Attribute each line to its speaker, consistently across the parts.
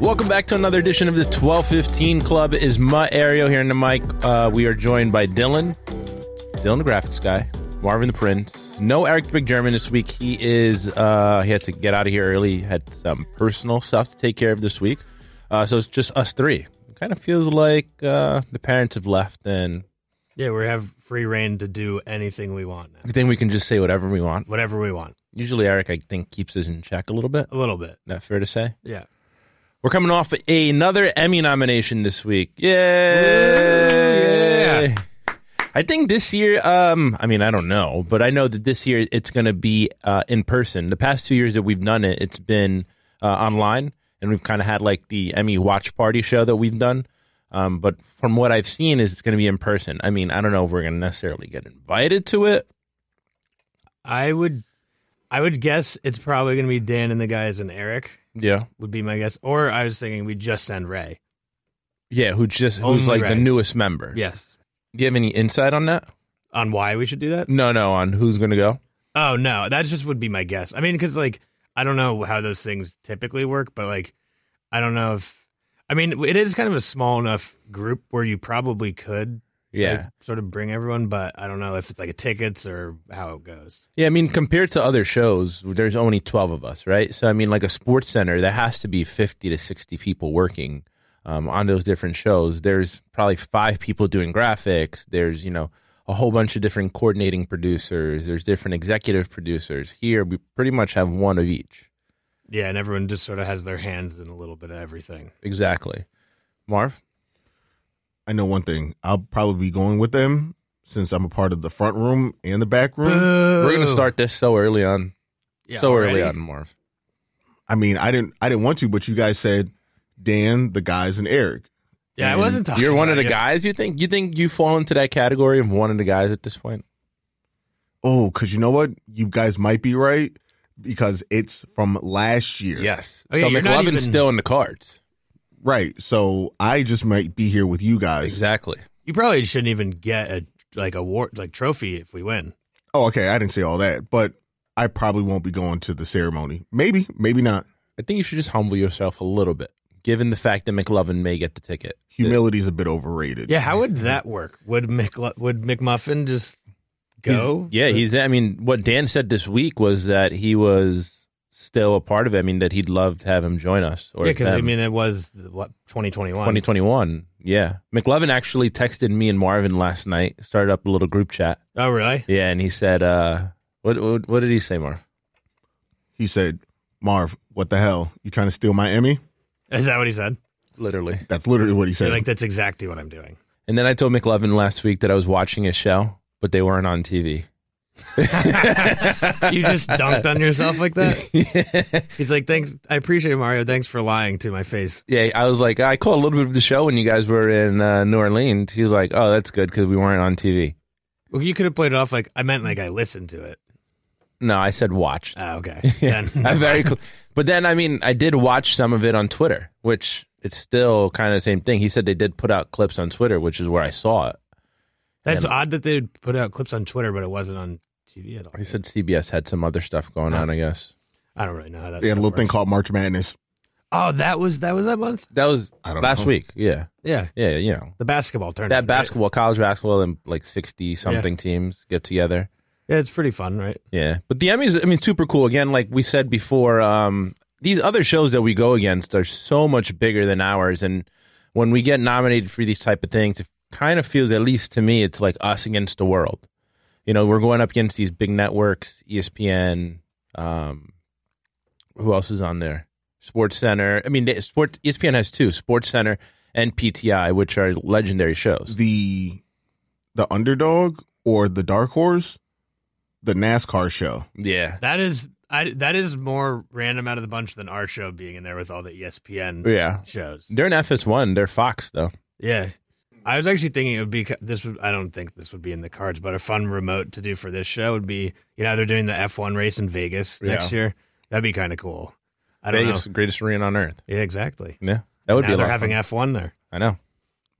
Speaker 1: Welcome back to another edition of the 1215 Club. It Is my Ariel here in the mic. Uh, we are joined by Dylan, Dylan the graphics guy, Marvin the Prince. No Eric the Big German this week. He is uh, he had to get out of here early. Had some personal stuff to take care of this week, uh, so it's just us three. It kind of feels like uh, the parents have left, and
Speaker 2: Yeah, we have free reign to do anything we want now.
Speaker 1: I think we can just say whatever we want.
Speaker 2: Whatever we want.
Speaker 1: Usually, Eric, I think, keeps us in check a little bit.
Speaker 2: A little bit.
Speaker 1: Not fair to say.
Speaker 2: Yeah.
Speaker 1: We're coming off another Emmy nomination this week. Yay! I think this year, um, I mean, I don't know, but I know that this year it's going to be uh, in person. The past two years that we've done it, it's been uh, online, and we've kind of had like the Emmy watch party show that we've done. Um, but from what I've seen, is it's going to be in person. I mean, I don't know if we're going to necessarily get invited to it.
Speaker 2: I would I would guess it's probably gonna be Dan and the guys and Eric
Speaker 1: Yeah,
Speaker 2: would be my guess. Or I was thinking we just send Ray.
Speaker 1: yeah. Who just who's
Speaker 2: Only
Speaker 1: like the
Speaker 2: right.
Speaker 1: newest member?
Speaker 2: Yes.
Speaker 1: Do you have any insight on that?
Speaker 2: On why we should do that?
Speaker 1: No, no. On who's going to go?
Speaker 2: Oh no, that just would be my guess. I mean, because like I don't know how those things typically work, but like I don't know if I mean it is kind of a small enough group where you probably could
Speaker 1: Yeah.
Speaker 2: like, sort of bring everyone, but I don't know if it's like a tickets or how it goes.
Speaker 1: Yeah, I mean, compared to other shows, there's only 12 of us, right? So, I mean, like a sports center, there has to be 50 to 60 people working um, on those different shows. There's probably five people doing graphics. There's, you know, a whole bunch of different coordinating producers. There's different executive producers. Here, we pretty much have one of each.
Speaker 2: Yeah, and everyone just sort of has their hands in a little bit of everything.
Speaker 1: Exactly. Marv?
Speaker 3: I know one thing. I'll probably be going with them since I'm a part of the front room and the back room.
Speaker 1: We're going to start this so early on. so early on, Marv.
Speaker 3: I mean, I didn't I didn't want to, but you guys said Dan, the guys, and Eric.
Speaker 2: Yeah, I
Speaker 3: And
Speaker 2: wasn't talking.
Speaker 1: You're one of
Speaker 2: about
Speaker 1: the
Speaker 2: it.
Speaker 1: guys, you think? You think you fall into that category of one of the guys at this point?
Speaker 3: Oh, because you know what? You guys might be right because it's from last year.
Speaker 1: Yes.
Speaker 2: Okay,
Speaker 1: so
Speaker 2: you're not
Speaker 1: McLovin's
Speaker 2: even-
Speaker 1: still in the cards.
Speaker 3: Right. So I just might be here with you guys.
Speaker 1: Exactly.
Speaker 2: You probably shouldn't even get a like award like trophy if we win.
Speaker 3: Oh, okay. I didn't say all that, but I probably won't be going to the ceremony. Maybe, maybe not.
Speaker 1: I think you should just humble yourself a little bit, given the fact that McLovin may get the ticket.
Speaker 3: Humility's a bit overrated.
Speaker 2: Yeah, how would that work? Would Mc would McMuffin just go?
Speaker 1: He's- yeah, he's. I mean, what Dan said this week was that he was still a part of it. I mean, that he'd love to have him join us. Or
Speaker 2: yeah, because I
Speaker 1: them.
Speaker 2: mean it was what 2021.
Speaker 1: 2021. Yeah, McLovin actually texted me and Marvin last night. Started up a little group chat.
Speaker 2: Oh really?
Speaker 1: Yeah, and he said, uh, "What? What, what did he say, Marv?
Speaker 3: He said, Marv, what the hell? You trying to steal my Emmy?
Speaker 2: Is that what he said?
Speaker 1: Literally."
Speaker 3: That's literally what he
Speaker 2: You're
Speaker 3: said.
Speaker 2: like that's exactly what I'm doing.
Speaker 1: And then I told McLovin last week that I was watching his show, but they weren't on TV.
Speaker 2: You just dunked on yourself like that. He's like, thanks. I appreciate it, Mario. Thanks for lying to my face.
Speaker 1: Yeah, I was like, I caught a little bit of the show when you guys were in uh, New Orleans. He was like, oh, that's good because we weren't on TV.
Speaker 2: Well, you could have played it off like I meant like I listened to it.
Speaker 1: No, I said watched.
Speaker 2: Oh, okay. Then,
Speaker 1: I very, cl- but then I mean, I did watch some of it on Twitter, which it's still kind of the same thing. He said they did put out clips on Twitter, which is where I saw it.
Speaker 2: That's odd that they put out clips on Twitter, but it wasn't on TV at all.
Speaker 1: He said CBS had some other stuff going on. I guess
Speaker 2: I don't really know how that.
Speaker 3: they had a little
Speaker 2: stuff
Speaker 3: thing
Speaker 2: works.
Speaker 3: called March Madness.
Speaker 2: Oh, that was that was that month.
Speaker 1: that was
Speaker 3: I don't
Speaker 1: last
Speaker 3: know.
Speaker 1: week. Yeah,
Speaker 2: Yeah,
Speaker 1: yeah, you know
Speaker 2: the basketball tournament.
Speaker 1: that
Speaker 2: right?
Speaker 1: basketball, college basketball, and like sixty something teams get together.
Speaker 2: Yeah, it's pretty fun, right?
Speaker 1: Yeah, but the Emmys, I mean, super cool. Again, like we said before, um, these other shows that we go against are so much bigger than ours, and when we get nominated for these type of things, it kind of feels, at least to me, it's like us against the world. You know, we're going up against these big networks, E ESPN. Um, who else is on there? Sports Center. I mean, they- Sports E ESPN has two: Sports Center and PTI, which are legendary shows.
Speaker 3: The the underdog or the dark horse, the NASCAR show.
Speaker 1: Yeah,
Speaker 2: That is, I that is more random out of the bunch than our show being in there with all the E ESPN
Speaker 1: yeah.
Speaker 2: shows.
Speaker 1: They're in FS1. They're Fox, though.
Speaker 2: Yeah, I was actually thinking it would be this. Would, I don't think this would be in the cards, but a fun remote to do for this show would be you know they're doing the F one race in Vegas next
Speaker 1: Yeah.
Speaker 2: year. That'd be kind of cool. I don't
Speaker 1: Vegas, the greatest arena on earth.
Speaker 2: know. Yeah, exactly.
Speaker 1: Yeah, that would
Speaker 2: now
Speaker 1: be. A
Speaker 2: they're
Speaker 1: lot of
Speaker 2: having
Speaker 1: fun.
Speaker 2: F one there.
Speaker 1: I know.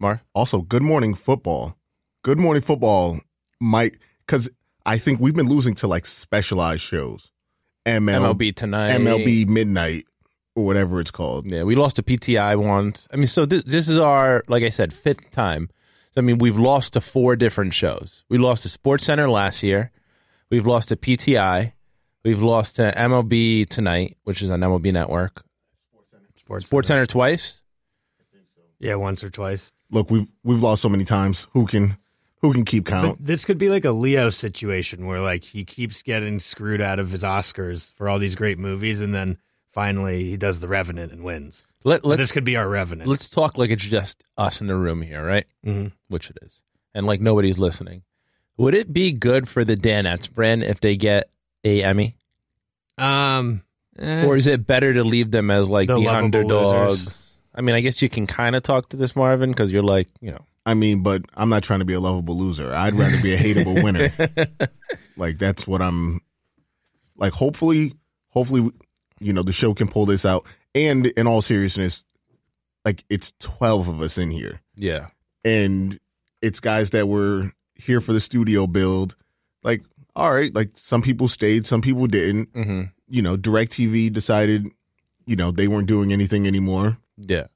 Speaker 1: Mar,
Speaker 3: Also, Good Morning Football. Good Morning Football might because I think we've been losing to like specialized shows, ML,
Speaker 1: MLB tonight.
Speaker 3: MLB Midnight or whatever it's called.
Speaker 1: Yeah, we lost to PTI once. I mean, so th- this is our, like I said, fifth time. So, I mean, we've lost to four different shows. We lost to Sports Center last year. We've lost to PTI. We've lost to MLB Tonight, which is on MLB Network.
Speaker 2: Sports.
Speaker 1: Sports Center twice.
Speaker 2: Yeah, once or twice.
Speaker 3: Look, we've we've lost so many times. Who can who can keep
Speaker 2: But
Speaker 3: count?
Speaker 2: this could be like a Leo situation where like he keeps getting screwed out of his Oscars for all these great movies, and then finally he does the Revenant and wins.
Speaker 1: Let,
Speaker 2: So
Speaker 1: let's,
Speaker 2: this could be our Revenant.
Speaker 1: let's talk like it's just us in the room here, right?
Speaker 2: Mhm.
Speaker 1: Which it is. And like nobody's listening. Would it be good for the Danettes, Bren, if they get a Emmy?
Speaker 2: Um, eh.
Speaker 1: Or is it better to leave them as like
Speaker 2: The
Speaker 1: the,
Speaker 2: lovable
Speaker 1: underdogs?
Speaker 2: losers.
Speaker 1: I mean, I guess you can kind of talk to this Marvin because you're like, you know,
Speaker 3: I mean, but I'm not trying to be a lovable loser. I'd rather be a hateable winner. Like that's what I'm. Like hopefully, hopefully, you know the show can pull this out. And in all seriousness, like it's twelve of us in here.
Speaker 1: yeah,
Speaker 3: and it's guys that were here for the studio build. Like, all right, like some people stayed, some people didn't.
Speaker 1: hmm
Speaker 3: You know, DirecTV decided, you know, they weren't doing anything anymore.
Speaker 1: yeah,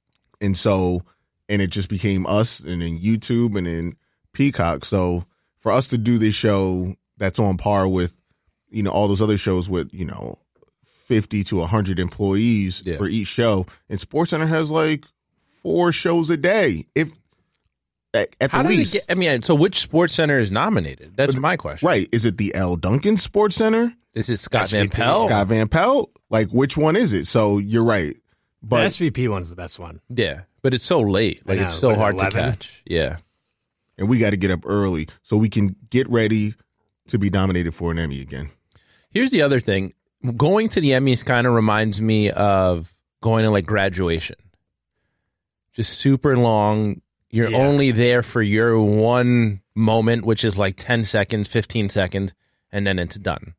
Speaker 3: And so, and it just became us and then YouTube and then Peacock. So for us to do this show that's on par with, you know, all those other shows with, you know, 50 to 100 employees
Speaker 1: Yeah.
Speaker 3: for each show. And SportsCenter has like four shows a day, if at, at
Speaker 1: How
Speaker 3: the
Speaker 1: did it
Speaker 3: least.
Speaker 1: get? I mean, so which sports center is nominated? That's my question.
Speaker 3: Right. Is it the L. Duncan Sports Center?
Speaker 1: Is it Scott Van
Speaker 2: SVP.
Speaker 1: Pelt?
Speaker 3: Scott Van Pelt? Like, which one is it? So you're right.
Speaker 2: the
Speaker 3: But,
Speaker 2: SVP one's the best one.
Speaker 1: Yeah, but it's so late.
Speaker 2: I
Speaker 1: Like
Speaker 2: know,
Speaker 1: it's so
Speaker 2: what,
Speaker 1: hard
Speaker 2: 11?
Speaker 1: to catch. Yeah,
Speaker 3: and we got to get up early so we can get ready to be nominated for an Emmy again.
Speaker 1: Here's the other thing. Going to the Emmys kind of reminds me of going to like graduation. Just super long. You're
Speaker 2: Yeah.
Speaker 1: only there for your one moment, which is like 10 seconds, 15 seconds, and then it's done.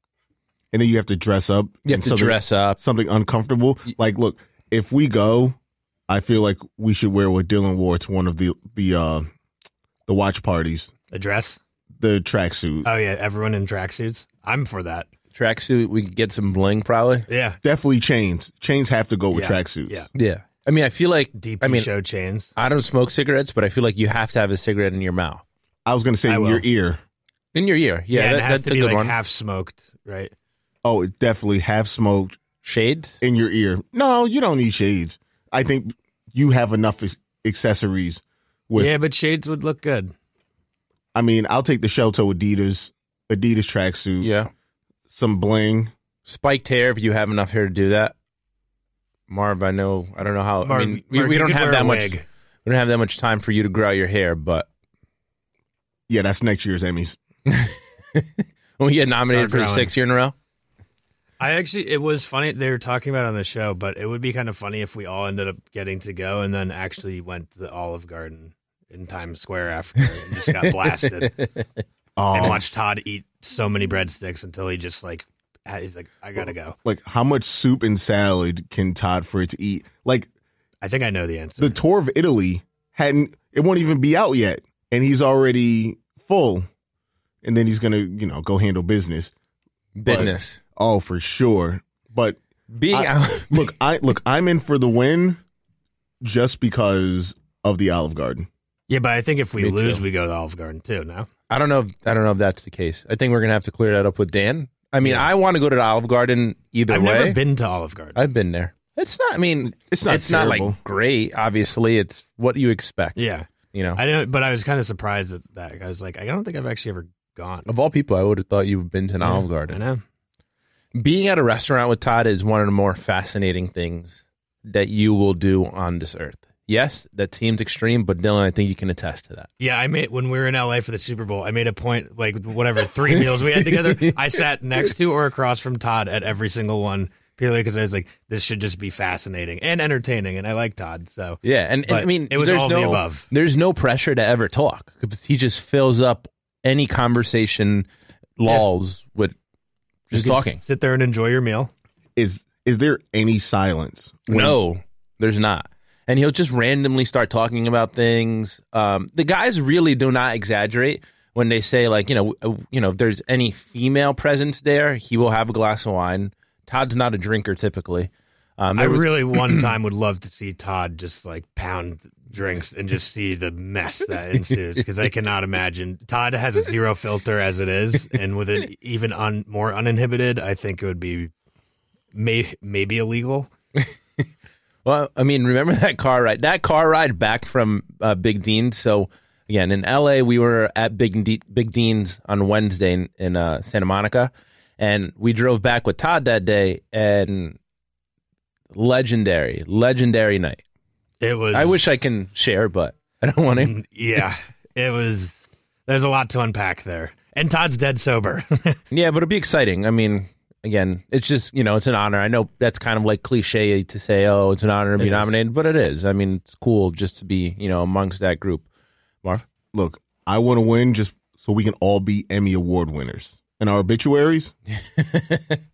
Speaker 3: And then you have to dress up.
Speaker 1: You
Speaker 3: in
Speaker 1: have to
Speaker 3: something-
Speaker 1: dress up.
Speaker 3: Something uncomfortable. Like, look, if we go, I feel like we should wear what Dylan wore to one of the, the, uh, the watch parties,
Speaker 2: The dress.
Speaker 3: the
Speaker 1: Uh,
Speaker 3: tracksuit.
Speaker 2: Oh yeah, everyone in tracksuits. I'm for that.
Speaker 1: Tracksuit, we could get some bling probably.
Speaker 2: Yeah.
Speaker 3: Definitely chains. Chains have to go with
Speaker 2: Yeah.
Speaker 3: tracksuits.
Speaker 2: Yeah.
Speaker 1: Yeah. I mean, I feel like,
Speaker 2: DP
Speaker 1: I mean,
Speaker 2: show chains.
Speaker 1: I don't smoke cigarettes, but I feel like you have to have a cigarette in your mouth.
Speaker 3: I was going to say
Speaker 2: I
Speaker 3: in
Speaker 2: will.
Speaker 3: your ear.
Speaker 1: In your ear. Yeah,
Speaker 2: and it
Speaker 1: that,
Speaker 2: has
Speaker 1: that's
Speaker 2: to
Speaker 1: a
Speaker 2: be
Speaker 1: good
Speaker 2: like
Speaker 1: one.
Speaker 2: half smoked, right?
Speaker 3: Oh, it definitely half smoked.
Speaker 1: Shades?
Speaker 3: in your ear. No, you don't need shades. I think you have enough ac- accessories. With
Speaker 2: yeah, but shades would look good.
Speaker 3: I mean, I'll take the Shelto Adidas Adidas tracksuit,
Speaker 1: Yeah.
Speaker 3: some bling.
Speaker 1: spiked hair if you have enough hair to do that. Marv, I know I don't know how.
Speaker 2: Marv,
Speaker 1: I mean, we,
Speaker 2: Marv,
Speaker 1: we
Speaker 2: you
Speaker 1: don't
Speaker 2: could
Speaker 1: have
Speaker 2: wear a
Speaker 1: that much.
Speaker 2: wig.
Speaker 1: We don't have that much time for you to grow out your hair. But
Speaker 3: Yeah, that's next year's Emmys.
Speaker 1: when we get nominated
Speaker 2: Start
Speaker 1: for the
Speaker 2: growing.
Speaker 1: sixth year in a row,
Speaker 2: I actually, it was funny. They were talking about it on the show, but it would be kind of funny if we all ended up getting to go and then actually went to the Olive Garden in Times Square after and just got blasted and
Speaker 3: Oh,
Speaker 2: watched Todd eat so many breadsticks until he just like, had- he's like, I gotta go.
Speaker 3: like how much soup and salad can Todd Fritz eat? Like
Speaker 2: I think I know the answer.
Speaker 3: the tour of Italy hadn't. It won't even be out yet, and he's already full. And then he's gonna, you know, go handle business.
Speaker 1: business
Speaker 3: Oh, for sure. But
Speaker 1: being
Speaker 3: I-
Speaker 1: out.
Speaker 3: look, I look, I'm in for the win just because of the Olive Garden.
Speaker 2: yeah, but I think if we
Speaker 1: Me
Speaker 2: lose,
Speaker 1: too.
Speaker 2: we go to the Olive Garden too. No,
Speaker 1: I don't know. If, I don't know if that's the case. I think we're gonna have to clear that up with Dan. I mean, I want to go to the Olive Garden either
Speaker 2: I've
Speaker 1: way.
Speaker 2: never been to Olive Garden.
Speaker 1: I've been there. It's not. I mean,
Speaker 3: It's not
Speaker 1: It's not
Speaker 3: terrible.
Speaker 1: like great. Obviously, it's what you expect.
Speaker 2: yeah,
Speaker 1: You know,
Speaker 2: I know, but I was kind of surprised at that. I was like, I don't think I've actually ever gone.
Speaker 1: of all people, I would have thought you've been to an Olive
Speaker 2: I
Speaker 1: Garden.
Speaker 2: know.
Speaker 1: being at a restaurant with Todd is one of the more fascinating things that you will do on this earth. Yes, that seems extreme, but Dylan, I think you can attest to that.
Speaker 2: Yeah, I made when we were in LA for the Super Bowl. I made a point, like whatever three meals we had together, I sat next to or across from Todd at every single one purely because I was like, this should just be fascinating and entertaining, and I like Todd. So
Speaker 1: Yeah, and, and
Speaker 2: But
Speaker 1: I mean,
Speaker 2: it was
Speaker 1: there's
Speaker 2: all
Speaker 1: no,
Speaker 2: the above.
Speaker 1: There's no pressure to ever talk because he just fills up any conversation lulls with just
Speaker 2: You can
Speaker 1: talking.
Speaker 2: sit there and enjoy your meal.
Speaker 3: Is is there any silence? when-
Speaker 1: No, there's not. And he'll just randomly start talking about things. Um, the guys really do not exaggerate when they say, like, you know, uh, you know, if there's any female presence there, he will have a glass of wine. Todd's not a drinker typically. Um,
Speaker 2: I
Speaker 1: there was-
Speaker 2: really one time would love to see Todd just like pound drinks and just see the mess that ensues because I cannot imagine. Todd has a zero filter as it is, and with it even un, more uninhibited, I think it would be may, maybe illegal.
Speaker 1: Well, I mean, remember that car ride? That car ride back from uh, Big Dean's. So again, in LA, we were at Big De- Big Dean's on Wednesday in, in uh, Santa Monica, and we drove back with Todd that day, and legendary, legendary night.
Speaker 2: It was.
Speaker 1: I wish I can share, but I don't want to.
Speaker 2: yeah, it was. There's a lot to unpack there, and Todd's dead sober.
Speaker 1: Yeah, but it'll be exciting. I mean, again, it's just you know, it's an honor. I know that's kind of like cliche to say, oh, it's an honor to be
Speaker 2: is.
Speaker 1: nominated, but it is. I mean, it's cool just to be you know amongst that group. Marv.
Speaker 3: Look, I want to win just so we can all be Emmy Award winners. And our obituaries,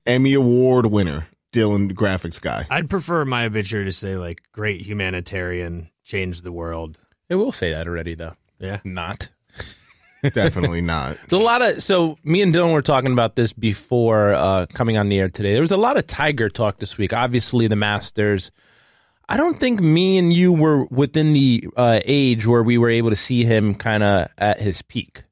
Speaker 3: Emmy Award winner, Dylan, the graphics guy.
Speaker 2: I'd prefer my obituary to say like great humanitarian, changed the world.
Speaker 1: It will say that already, though.
Speaker 2: Yeah.
Speaker 1: Not.
Speaker 3: Definitely not.
Speaker 1: There's a lot of so me and Dylan were talking about this before uh, coming on the air today. There was a lot of Tiger talk this week. Obviously, the Masters. I don't think me and you were within the uh, age where we were able to see him kind of at his peak.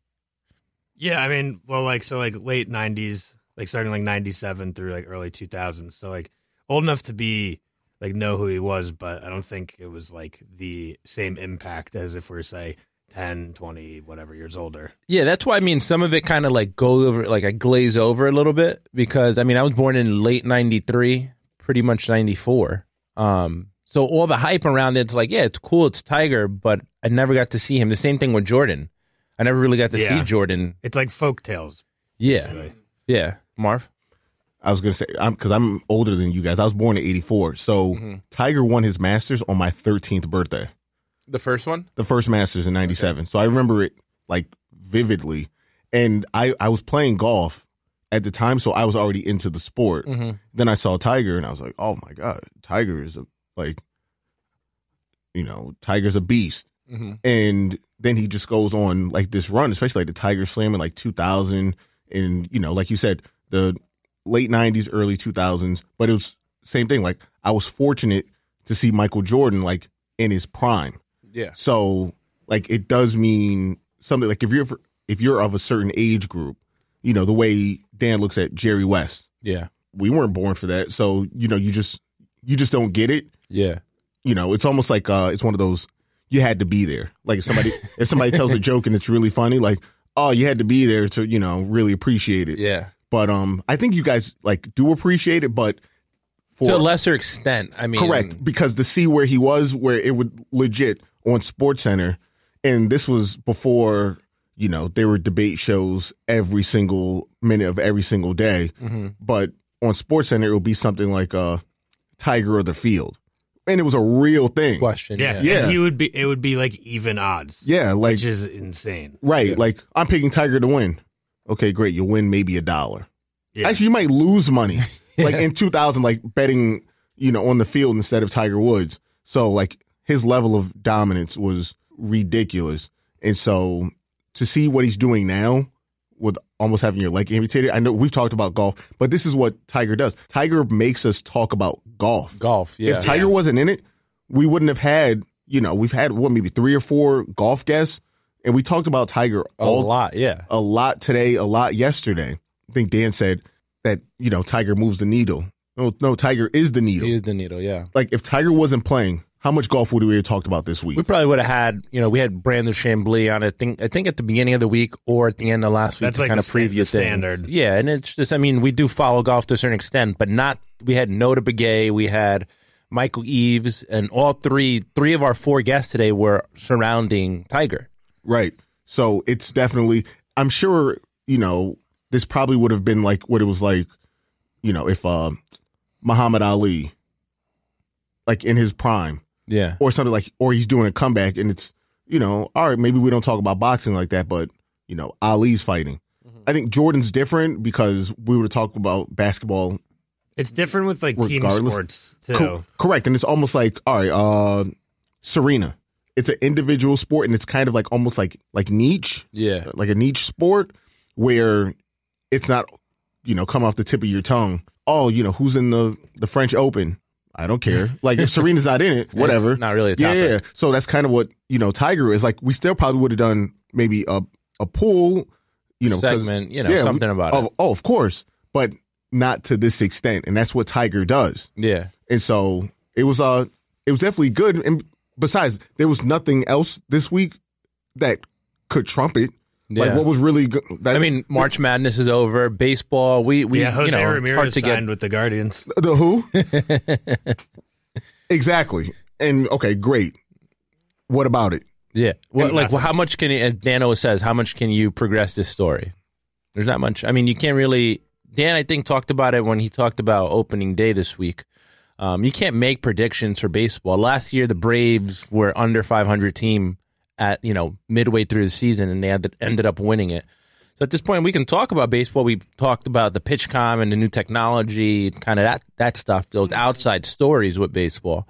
Speaker 2: Yeah, I mean, well, like so, like late '90s, like starting like '97 through like early 2000s. So like old enough to be like know who he was, but I don't think it was like the same impact as if we're say 10, 20, whatever years older.
Speaker 1: Yeah, that's why I mean some of it kind of like goes over, like I glaze over a little bit because I mean I was born in late '93, pretty much '94. Um, so all the hype around it's like, yeah, it's cool, it's Tiger, but I never got to see him. The same thing with Jordan. I never really got to
Speaker 2: Yeah.
Speaker 1: see Jordan.
Speaker 2: It's like folk tales.
Speaker 1: Yeah,
Speaker 2: basically.
Speaker 1: yeah, Marv.
Speaker 3: I was going to say, I'm because I'm older than you guys. I was born in 84. So Tiger won his Masters on my 13th birthday.
Speaker 1: The first one.
Speaker 3: the first Masters in '97. So I remember it like vividly, and I I was playing golf at the time, so I was already into the sport. Then I saw Tiger, and I was like, oh my god, Tiger is a like, you know, Tiger's a beast. And then he just goes on like this run, especially like the Tiger Slam in like 2000, and you know, like you said, the late 90s, early 2000s. But it was same thing. Like I was fortunate to see Michael Jordan like in his prime.
Speaker 1: Yeah.
Speaker 3: So like it does mean something like if you're if you're of a certain age group, you know, the way Dan looks at Jerry West,
Speaker 1: Yeah.
Speaker 3: we weren't born for that. So, you know, you just you just don't get it.
Speaker 1: Yeah.
Speaker 3: You know, it's almost like uh it's one of those you had to be there. Like if somebody if somebody tells a joke and it's really funny, like, oh, you had to be there to, you know, really appreciate it.
Speaker 1: Yeah.
Speaker 3: But um I think you guys like do appreciate it, but for
Speaker 1: To a lesser extent, I mean.
Speaker 3: Correct, because to see where he was, where it would legit on Sports Center, and this was before you know there were debate shows every single minute of every single day, but on Sports Center it would be something like uh, Tiger or the Field, and it was a real thing.
Speaker 1: Question.
Speaker 2: Yeah,
Speaker 3: Yeah.
Speaker 2: And he would be. It would be like even odds.
Speaker 3: Yeah, like
Speaker 2: which is insane.
Speaker 3: right, like I'm picking Tiger to win. Okay, great, you win maybe a dollar.
Speaker 2: Yeah.
Speaker 3: Actually, you might lose money. Like in 2000, like betting, you know, on the field instead of Tiger Woods. So like his level of dominance was ridiculous. And so to see what he's doing now with almost having your leg amputated, I know we've talked about golf, but this is what Tiger does. Tiger makes us talk about golf.
Speaker 1: Golf. Yeah.
Speaker 3: If Tiger wasn't in it, we wouldn't have had, you know, we've had what, maybe three or four golf guests. And we talked about Tiger
Speaker 1: a
Speaker 3: all
Speaker 1: lot. Yeah.
Speaker 3: a lot today, a lot yesterday. I think Dan said that, you know, Tiger moves the needle. No, no, Tiger is the needle.
Speaker 1: He is the needle. Yeah.
Speaker 3: Like if Tiger wasn't playing, how much golf would we have talked about this
Speaker 1: We
Speaker 3: week?
Speaker 1: probably would have had, you know, we had Brandon Chambly on. I think, I think at the beginning of the week or at the end of last week
Speaker 2: That's
Speaker 1: to
Speaker 2: like
Speaker 1: kind
Speaker 2: the
Speaker 1: of
Speaker 2: sta-
Speaker 1: preview
Speaker 2: the
Speaker 1: things.
Speaker 2: standard.
Speaker 1: Yeah, and it's just, I mean, we do follow golf to a certain extent, but not. We had Nota Begay, we had Michael Eves, and all three, three of our four guests today were surrounding Tiger.
Speaker 3: Right. So it's definitely I'm sure, you know, this probably would have been like what it was like, you know, if um Muhammad Ali, like in his prime,
Speaker 1: Yeah.
Speaker 3: or something like, or he's doing a comeback, and it's you know, all right, maybe we don't talk about boxing like that, but you know, Ali's fighting. I think Jordan's different because we were talking about basketball.
Speaker 2: It's different with like team
Speaker 3: Regardless-
Speaker 2: sports too.
Speaker 3: Co- correct, and it's almost like all right, uh, Serena. It's an individual sport, and it's kind of like almost like like niche.
Speaker 1: Yeah.
Speaker 3: like a niche sport where it's not you know come off the tip of your tongue oh you know who's in the the french open i don't care like if serena's not in it whatever
Speaker 1: It's not really a
Speaker 3: yeah,
Speaker 1: topic.
Speaker 3: yeah. so that's kind of what you know tiger is like we still probably would have done maybe a a pool you know 'cause-
Speaker 1: Segment, you know,
Speaker 3: we-
Speaker 1: something about
Speaker 3: oh,
Speaker 1: it.
Speaker 3: oh of course but not to this extent and that's what tiger does
Speaker 1: Yeah.
Speaker 3: and so it was uh it was definitely good and besides there was nothing else this week that could trump it
Speaker 1: Yeah.
Speaker 3: like what was really good that,
Speaker 1: I mean, March Madness is over. Baseball, we, we
Speaker 2: yeah, Jose
Speaker 1: you know, it's hard
Speaker 2: Ramirez
Speaker 1: to get.
Speaker 2: signed with the Guardians.
Speaker 3: The who? exactly. And okay, great. What about it?
Speaker 1: Yeah. Well,
Speaker 2: And
Speaker 1: like,
Speaker 2: nothing.
Speaker 1: well, how much can, you- as Dan always says, how much can you progress this story? There's not much. I mean, you can't really. Dan, I think, talked about it when he talked about opening day this week. Um, you can't make predictions for baseball. Last year, the Braves were under 500 team at you know midway through the season, and they had ended up winning it. So at this point, we can talk about baseball. We've talked about the pitch com and the new technology, kind of that that stuff. Those outside stories with baseball.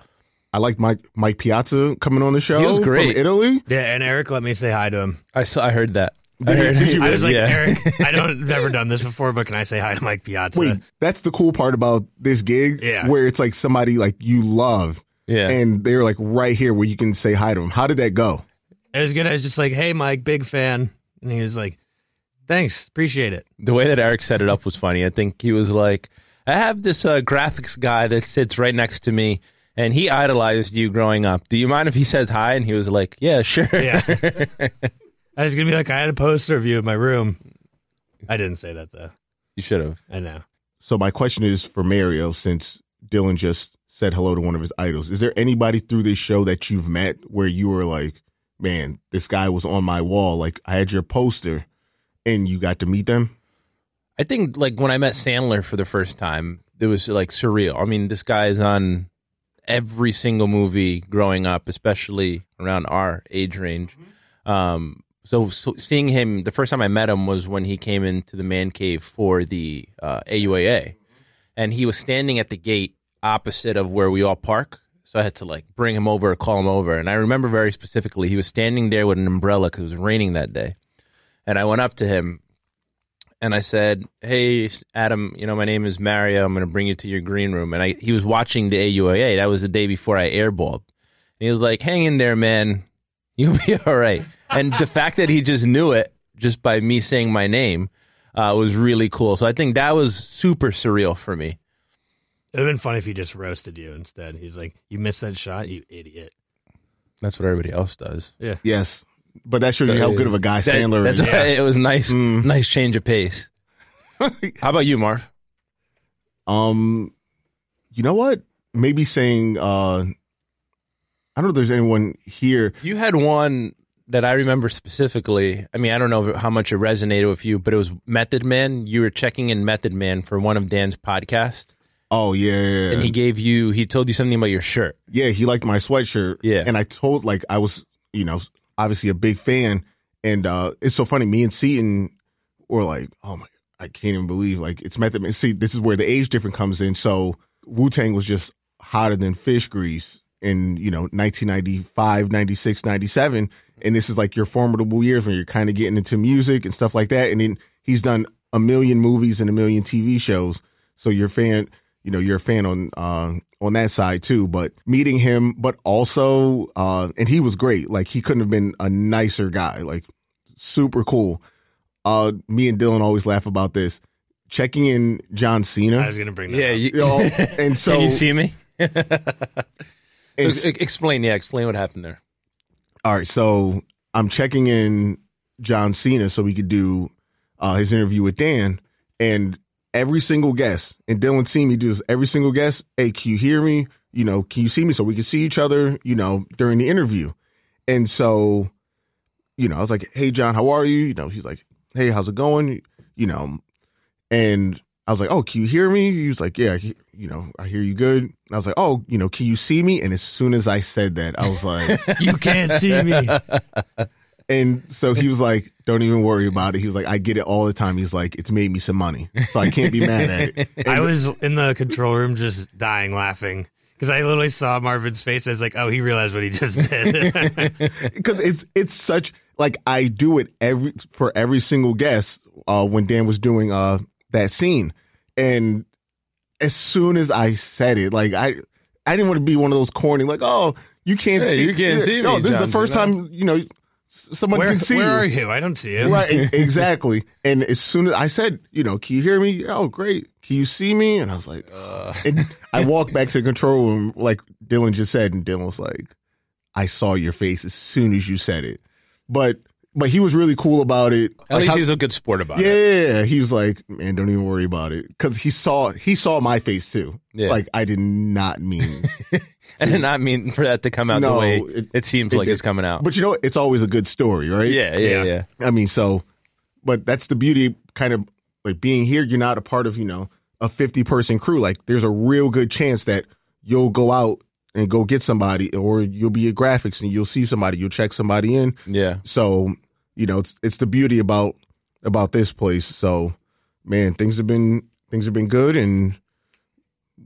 Speaker 3: I like Mike Mike Piazza coming on the show.
Speaker 1: He was great.
Speaker 3: From Italy.
Speaker 2: Yeah, and Eric let me say hi to him.
Speaker 1: I saw. I heard that.
Speaker 3: Did you- did you
Speaker 2: I was like,
Speaker 1: Yeah.
Speaker 2: Eric, I don't never done this before, but can I say hi to Mike Piazza?
Speaker 3: Wait, that's the cool part about this gig
Speaker 2: Yeah.
Speaker 3: where it's like somebody like you love
Speaker 1: Yeah.
Speaker 3: and they're like right here where you can say hi to them. How did that go?
Speaker 2: It was good. I was just like, hey, Mike, big fan. And he was like, thanks, appreciate it.
Speaker 1: the way that Eric set it up was funny. I think he was like, I have this uh, graphics guy that sits right next to me, and he idolized you growing up. Do you mind if he says hi? And he was like, Yeah, sure.
Speaker 2: Yeah. I was going to be like, I had a poster of you in my room. I didn't say that, though.
Speaker 1: You should have.
Speaker 2: I know.
Speaker 3: So my question is for Mario, since Dylan just said hello to one of his idols, is there anybody through this show that you've met where you were like, Man, this guy was on my wall, like I had your poster and you got to meet them?
Speaker 1: I think like when I met Sandler for the first time, it was like surreal. I mean, this guy is on every single movie growing up, especially around our age range. Um, so, so seeing him the first time I met him was when he came into the man cave for the uh, AUAA, and he was standing at the gate opposite of where we all park. So I had to like bring him over, call him over, and I remember very specifically he was standing there with an umbrella because it was raining that day, and I went up to him and I said, "Hey, Adam, you know my name is Mario. I'm going to bring you to your green room." And I he was watching the AUAA. That was the day before I airballed. And he was like, "Hang in there, man. You'll be all right." And the fact that he just knew it just by me saying my name uh, was really cool. So I think that was super surreal for me.
Speaker 2: It would have been funny if he just roasted you instead. He's like, you missed that shot, you idiot.
Speaker 1: That's what everybody else does.
Speaker 3: Yes. But that shows you how good of a guy
Speaker 1: That-
Speaker 3: Sandler
Speaker 1: that's
Speaker 3: is.
Speaker 1: why it was nice, nice change of pace. Hmm. How about you, Marv?
Speaker 3: Um, you know what? Maybe saying, uh, I don't know if there's anyone here.
Speaker 1: You had one that I remember specifically. I mean, I don't know how much it resonated with you, but it was Method Man. You were checking in Method Man for one of Dan's podcasts,
Speaker 3: Oh yeah, yeah,
Speaker 1: and
Speaker 3: yeah.
Speaker 1: he gave you, he told you something about your shirt.
Speaker 3: yeah. He liked my sweatshirt.
Speaker 1: Yeah.
Speaker 3: and I told like I was, you know, obviously a big fan. And uh it's so funny. Me and Seaton were like, oh my, I can't even believe like it's Method Man. See, this is where the age difference comes in. So Wu Tang was just hotter than fish grease in you know 1995 96 97 and this is like your formidable years when you're kind of getting into music and stuff like that and then he's done a million movies and a million tv shows so you're a fan you know you're a fan on uh, on that side too but meeting him but also uh and he was great like he couldn't have been a nicer guy like super cool uh me and dylan always laugh about this checking in john
Speaker 2: I
Speaker 3: cena
Speaker 2: was going to bring that
Speaker 1: Yeah,
Speaker 2: up.
Speaker 1: you,
Speaker 3: you know, and so
Speaker 1: Can you see me?
Speaker 3: and
Speaker 1: Ex- explain, yeah, explain what happened there.
Speaker 3: All right, so I'm checking in John Cena so we could do uh, his interview with Dan, and every single guest, and Dylan see me do this. Every single guest, hey, can you hear me? You know, can you see me so we can see each other? You know, during the interview, and so, you know, I was like, hey, John, how are you? You know, he's like, hey, how's it going? You know, and I was like, "Oh, can you hear me?" He was like, "Yeah, I he- you know, I hear you good." And I was like, "Oh, you know, can you see me?" And as soon as I said that, I was like,
Speaker 2: You can't see me.
Speaker 3: and so he was like, "Don't even worry about it." He was like, "I get it all the time." He's like, "It's made me some money, so I can't be mad at it." And
Speaker 2: I was in the control room just dying laughing because I literally saw Marvin's face. I was like, oh, he realized what he just did.
Speaker 3: because it's it's such like I do it every for every single guest uh, when Dan was doing uh that scene, and as soon as I said it, like I I didn't want to be one of those corny like oh you can't
Speaker 1: Hey,
Speaker 3: see
Speaker 1: you can't see
Speaker 3: no
Speaker 1: me,
Speaker 3: this is
Speaker 1: Jonathan,
Speaker 3: the first
Speaker 1: no."
Speaker 3: time you know s- someone
Speaker 2: where
Speaker 3: can see
Speaker 2: where
Speaker 3: you.
Speaker 2: are you? I don't see you.
Speaker 3: Right, e- exactly. And as soon as I said, you know, can you hear me? Oh, great. Can you see me? And I was like,
Speaker 1: Uh.
Speaker 3: and I walked back to the control room, like Dylan just said, and Dylan was like, I saw your face as soon as you said it. But but he was really cool about it.
Speaker 1: At
Speaker 3: Like
Speaker 1: least
Speaker 3: how-
Speaker 1: he's a good sport about it.
Speaker 3: yeah, he was like, man, don't even worry about it, because he saw he saw my face too.
Speaker 1: Yeah.
Speaker 3: Like I did not mean
Speaker 1: And not mean for that to come out
Speaker 3: No,
Speaker 1: the way it,
Speaker 3: it-
Speaker 1: seems
Speaker 3: it
Speaker 1: like
Speaker 3: did.
Speaker 1: it's coming out.
Speaker 3: But you know, what? it's always a good story, right?
Speaker 1: yeah, yeah, yeah,
Speaker 2: Yeah.
Speaker 3: I mean, so, but that's the beauty, kind of like being here. You're not a part of you know a 50 person crew. Like, there's a real good chance that you'll go out and go get somebody, or you'll be at graphics and you'll see somebody, you'll check somebody in.
Speaker 1: yeah.
Speaker 3: So, you know, it's it's the beauty about about this place. So, man, things have been things have been good, and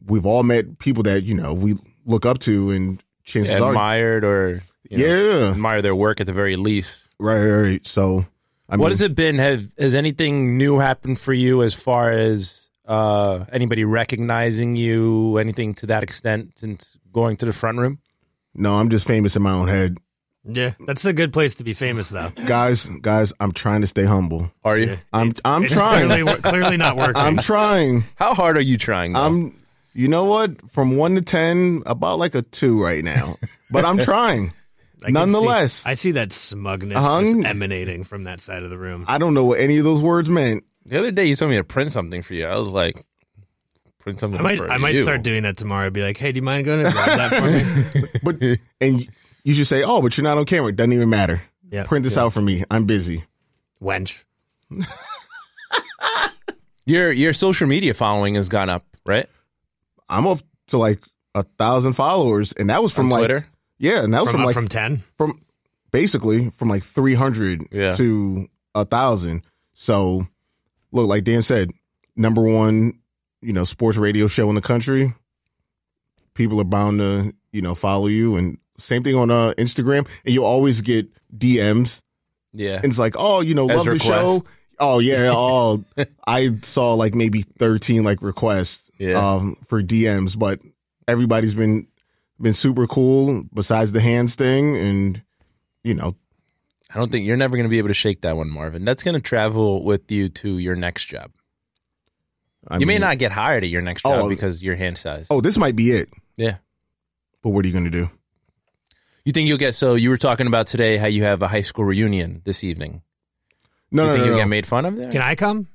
Speaker 3: we've all met people that you know we look up to, and chances are,
Speaker 1: Admired or you know,
Speaker 3: yeah,
Speaker 1: admire their work at the very least.
Speaker 3: right, right, right. So. I
Speaker 1: what
Speaker 3: mean,
Speaker 1: has it been? Have has anything new happened for you as far as uh, anybody recognizing you, anything to that extent since going to the front room?
Speaker 3: No, I'm just famous in my own head.
Speaker 2: Yeah. That's a good place to be famous, though.
Speaker 3: Guys, guys, I'm trying to stay humble.
Speaker 1: Are you?
Speaker 2: Yeah.
Speaker 3: I'm I'm
Speaker 2: It's
Speaker 3: trying.
Speaker 2: Clearly, clearly not working.
Speaker 3: I'm trying.
Speaker 1: How hard are you trying? though?
Speaker 3: I'm you know what? From 1 to 10, about like a 2 right now. But I'm trying.
Speaker 2: I can
Speaker 3: Nonetheless.
Speaker 2: see- I see that smugness
Speaker 3: Uh-huh.
Speaker 2: just emanating from that side of the room.
Speaker 3: I don't know what any of those words meant.
Speaker 1: the other day you told me to print something for you. I was like, print something.
Speaker 2: I might,
Speaker 1: for
Speaker 2: I might
Speaker 1: you.
Speaker 2: start doing that tomorrow. Be like, hey, do you mind going to grab that for me?
Speaker 3: But and you should say, "Oh, but you're not on camera. It doesn't even matter."
Speaker 2: Yeah.
Speaker 3: Print this out for me. I'm busy.
Speaker 2: Wench.
Speaker 1: Your your social media following has gone up, right?
Speaker 3: I'm up to like a thousand followers, and that was from
Speaker 1: On
Speaker 3: like
Speaker 1: Twitter?
Speaker 3: yeah, and that was
Speaker 2: From,
Speaker 3: from,
Speaker 2: up
Speaker 3: like
Speaker 2: from 10.
Speaker 3: from basically from like 300
Speaker 1: Yeah.
Speaker 3: to a thousand so look like dan said number one you know sports radio show in the country people are bound to you know follow you and same thing on uh, instagram and you always get dms
Speaker 1: Yeah.
Speaker 3: and it's like oh you know
Speaker 1: As
Speaker 3: love the show
Speaker 1: requests.
Speaker 3: oh yeah oh i saw like maybe 13 like requests
Speaker 1: Yeah.
Speaker 3: um for dms but everybody's been been super cool besides the hands thing and you know
Speaker 1: I don't think you're never going to be able to shake that one, Marvin. That's going to travel with you to your next job.
Speaker 3: I
Speaker 1: you may
Speaker 3: mean-
Speaker 1: not get hired at your next job
Speaker 3: Oh.
Speaker 1: because your hand size.
Speaker 3: oh this might be it
Speaker 1: Yeah.
Speaker 3: but what are you gonna do
Speaker 1: You think you'll get so you were talking about today how you have a high school reunion this evening.
Speaker 3: no
Speaker 1: you
Speaker 3: no
Speaker 1: think
Speaker 3: no,
Speaker 1: you'll
Speaker 3: no,
Speaker 1: get made fun of there?
Speaker 2: Can I come?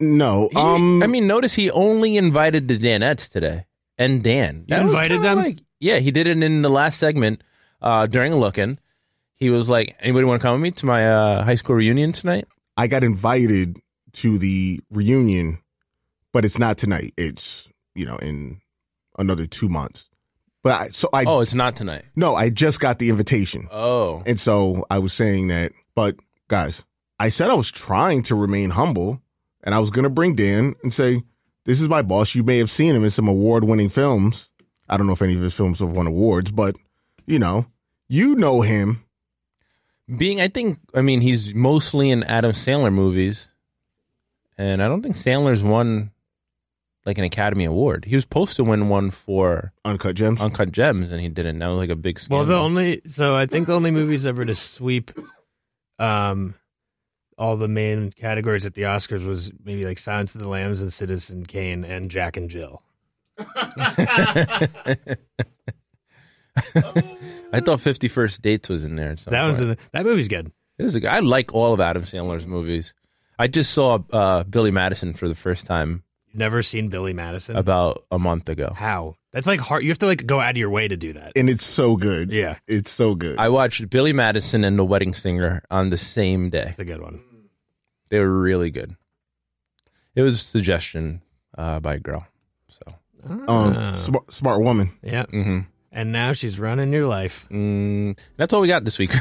Speaker 3: no
Speaker 1: He-
Speaker 3: um
Speaker 1: I mean, notice he only invited the Danettes today and Dan.
Speaker 2: You
Speaker 1: That was
Speaker 2: invited
Speaker 1: kinda
Speaker 2: them?
Speaker 1: like- yeah, he did it in the last segment uh, during looking. He was like, "Anybody want to come with me to my uh, high school reunion tonight?"
Speaker 3: i got invited to the reunion but it's not tonight it's you know in another two months but I, so i
Speaker 1: Oh, it's not tonight.
Speaker 3: no i just got the invitation
Speaker 1: Oh,
Speaker 3: And so I was saying that, but guys, I said I was trying to remain humble and I was going to bring Dan and say, This is my boss. You may have seen him in some award winning films. I don't know if any of his films have won awards, but you know, you know him.
Speaker 1: being I think I mean he's mostly in Adam Sandler movies, and I don't think Sandler's won like an Academy Award. He was supposed to win one for
Speaker 3: Uncut Gems.
Speaker 1: Uncut Gems, and he didn't. That was like a big scandal.
Speaker 2: Well, the only so I think the only movies ever to sweep, um, all the main categories at the Oscars was maybe like Silence of the Lambs and Citizen Kane and Jack and Jill.
Speaker 1: I thought Fifty First Dates was in there. At some
Speaker 2: That one's
Speaker 1: point.
Speaker 2: in the, that movie's good.
Speaker 1: It was a good- I like all of Adam Sandler's movies. I just saw uh, Billy Madison for the first time
Speaker 2: Never seen Billy Madison.
Speaker 1: about a month ago.
Speaker 2: How? That's like hard. You have to like go out of your way to do that.
Speaker 3: and it's so good.
Speaker 2: Yeah.
Speaker 3: It's so good.
Speaker 1: I watched Billy Madison and The Wedding Singer on the same day.
Speaker 2: It's a good one.
Speaker 1: They were really good. It was a suggestion uh, by a girl. So
Speaker 3: Um, smart, smart woman.
Speaker 2: Yeah. And now she's running your life.
Speaker 1: Mm, that's all we got this week.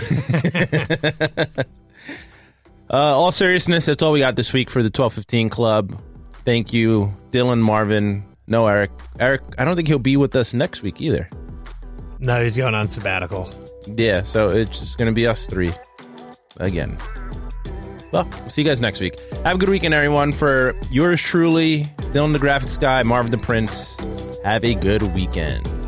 Speaker 1: uh, all seriousness, that's all we got this week for the 1215 Club. Thank you, Dylan, Marvin. No, Eric. Eric, I don't think he'll be with us next week either.
Speaker 2: No, he's going on sabbatical.
Speaker 1: Yeah, so it's just going to be us three again. Well, we'll see you guys next week. Have a good weekend, everyone. For yours truly, Dylan the Graphics Guy, Marvin the Prince. Have a good weekend.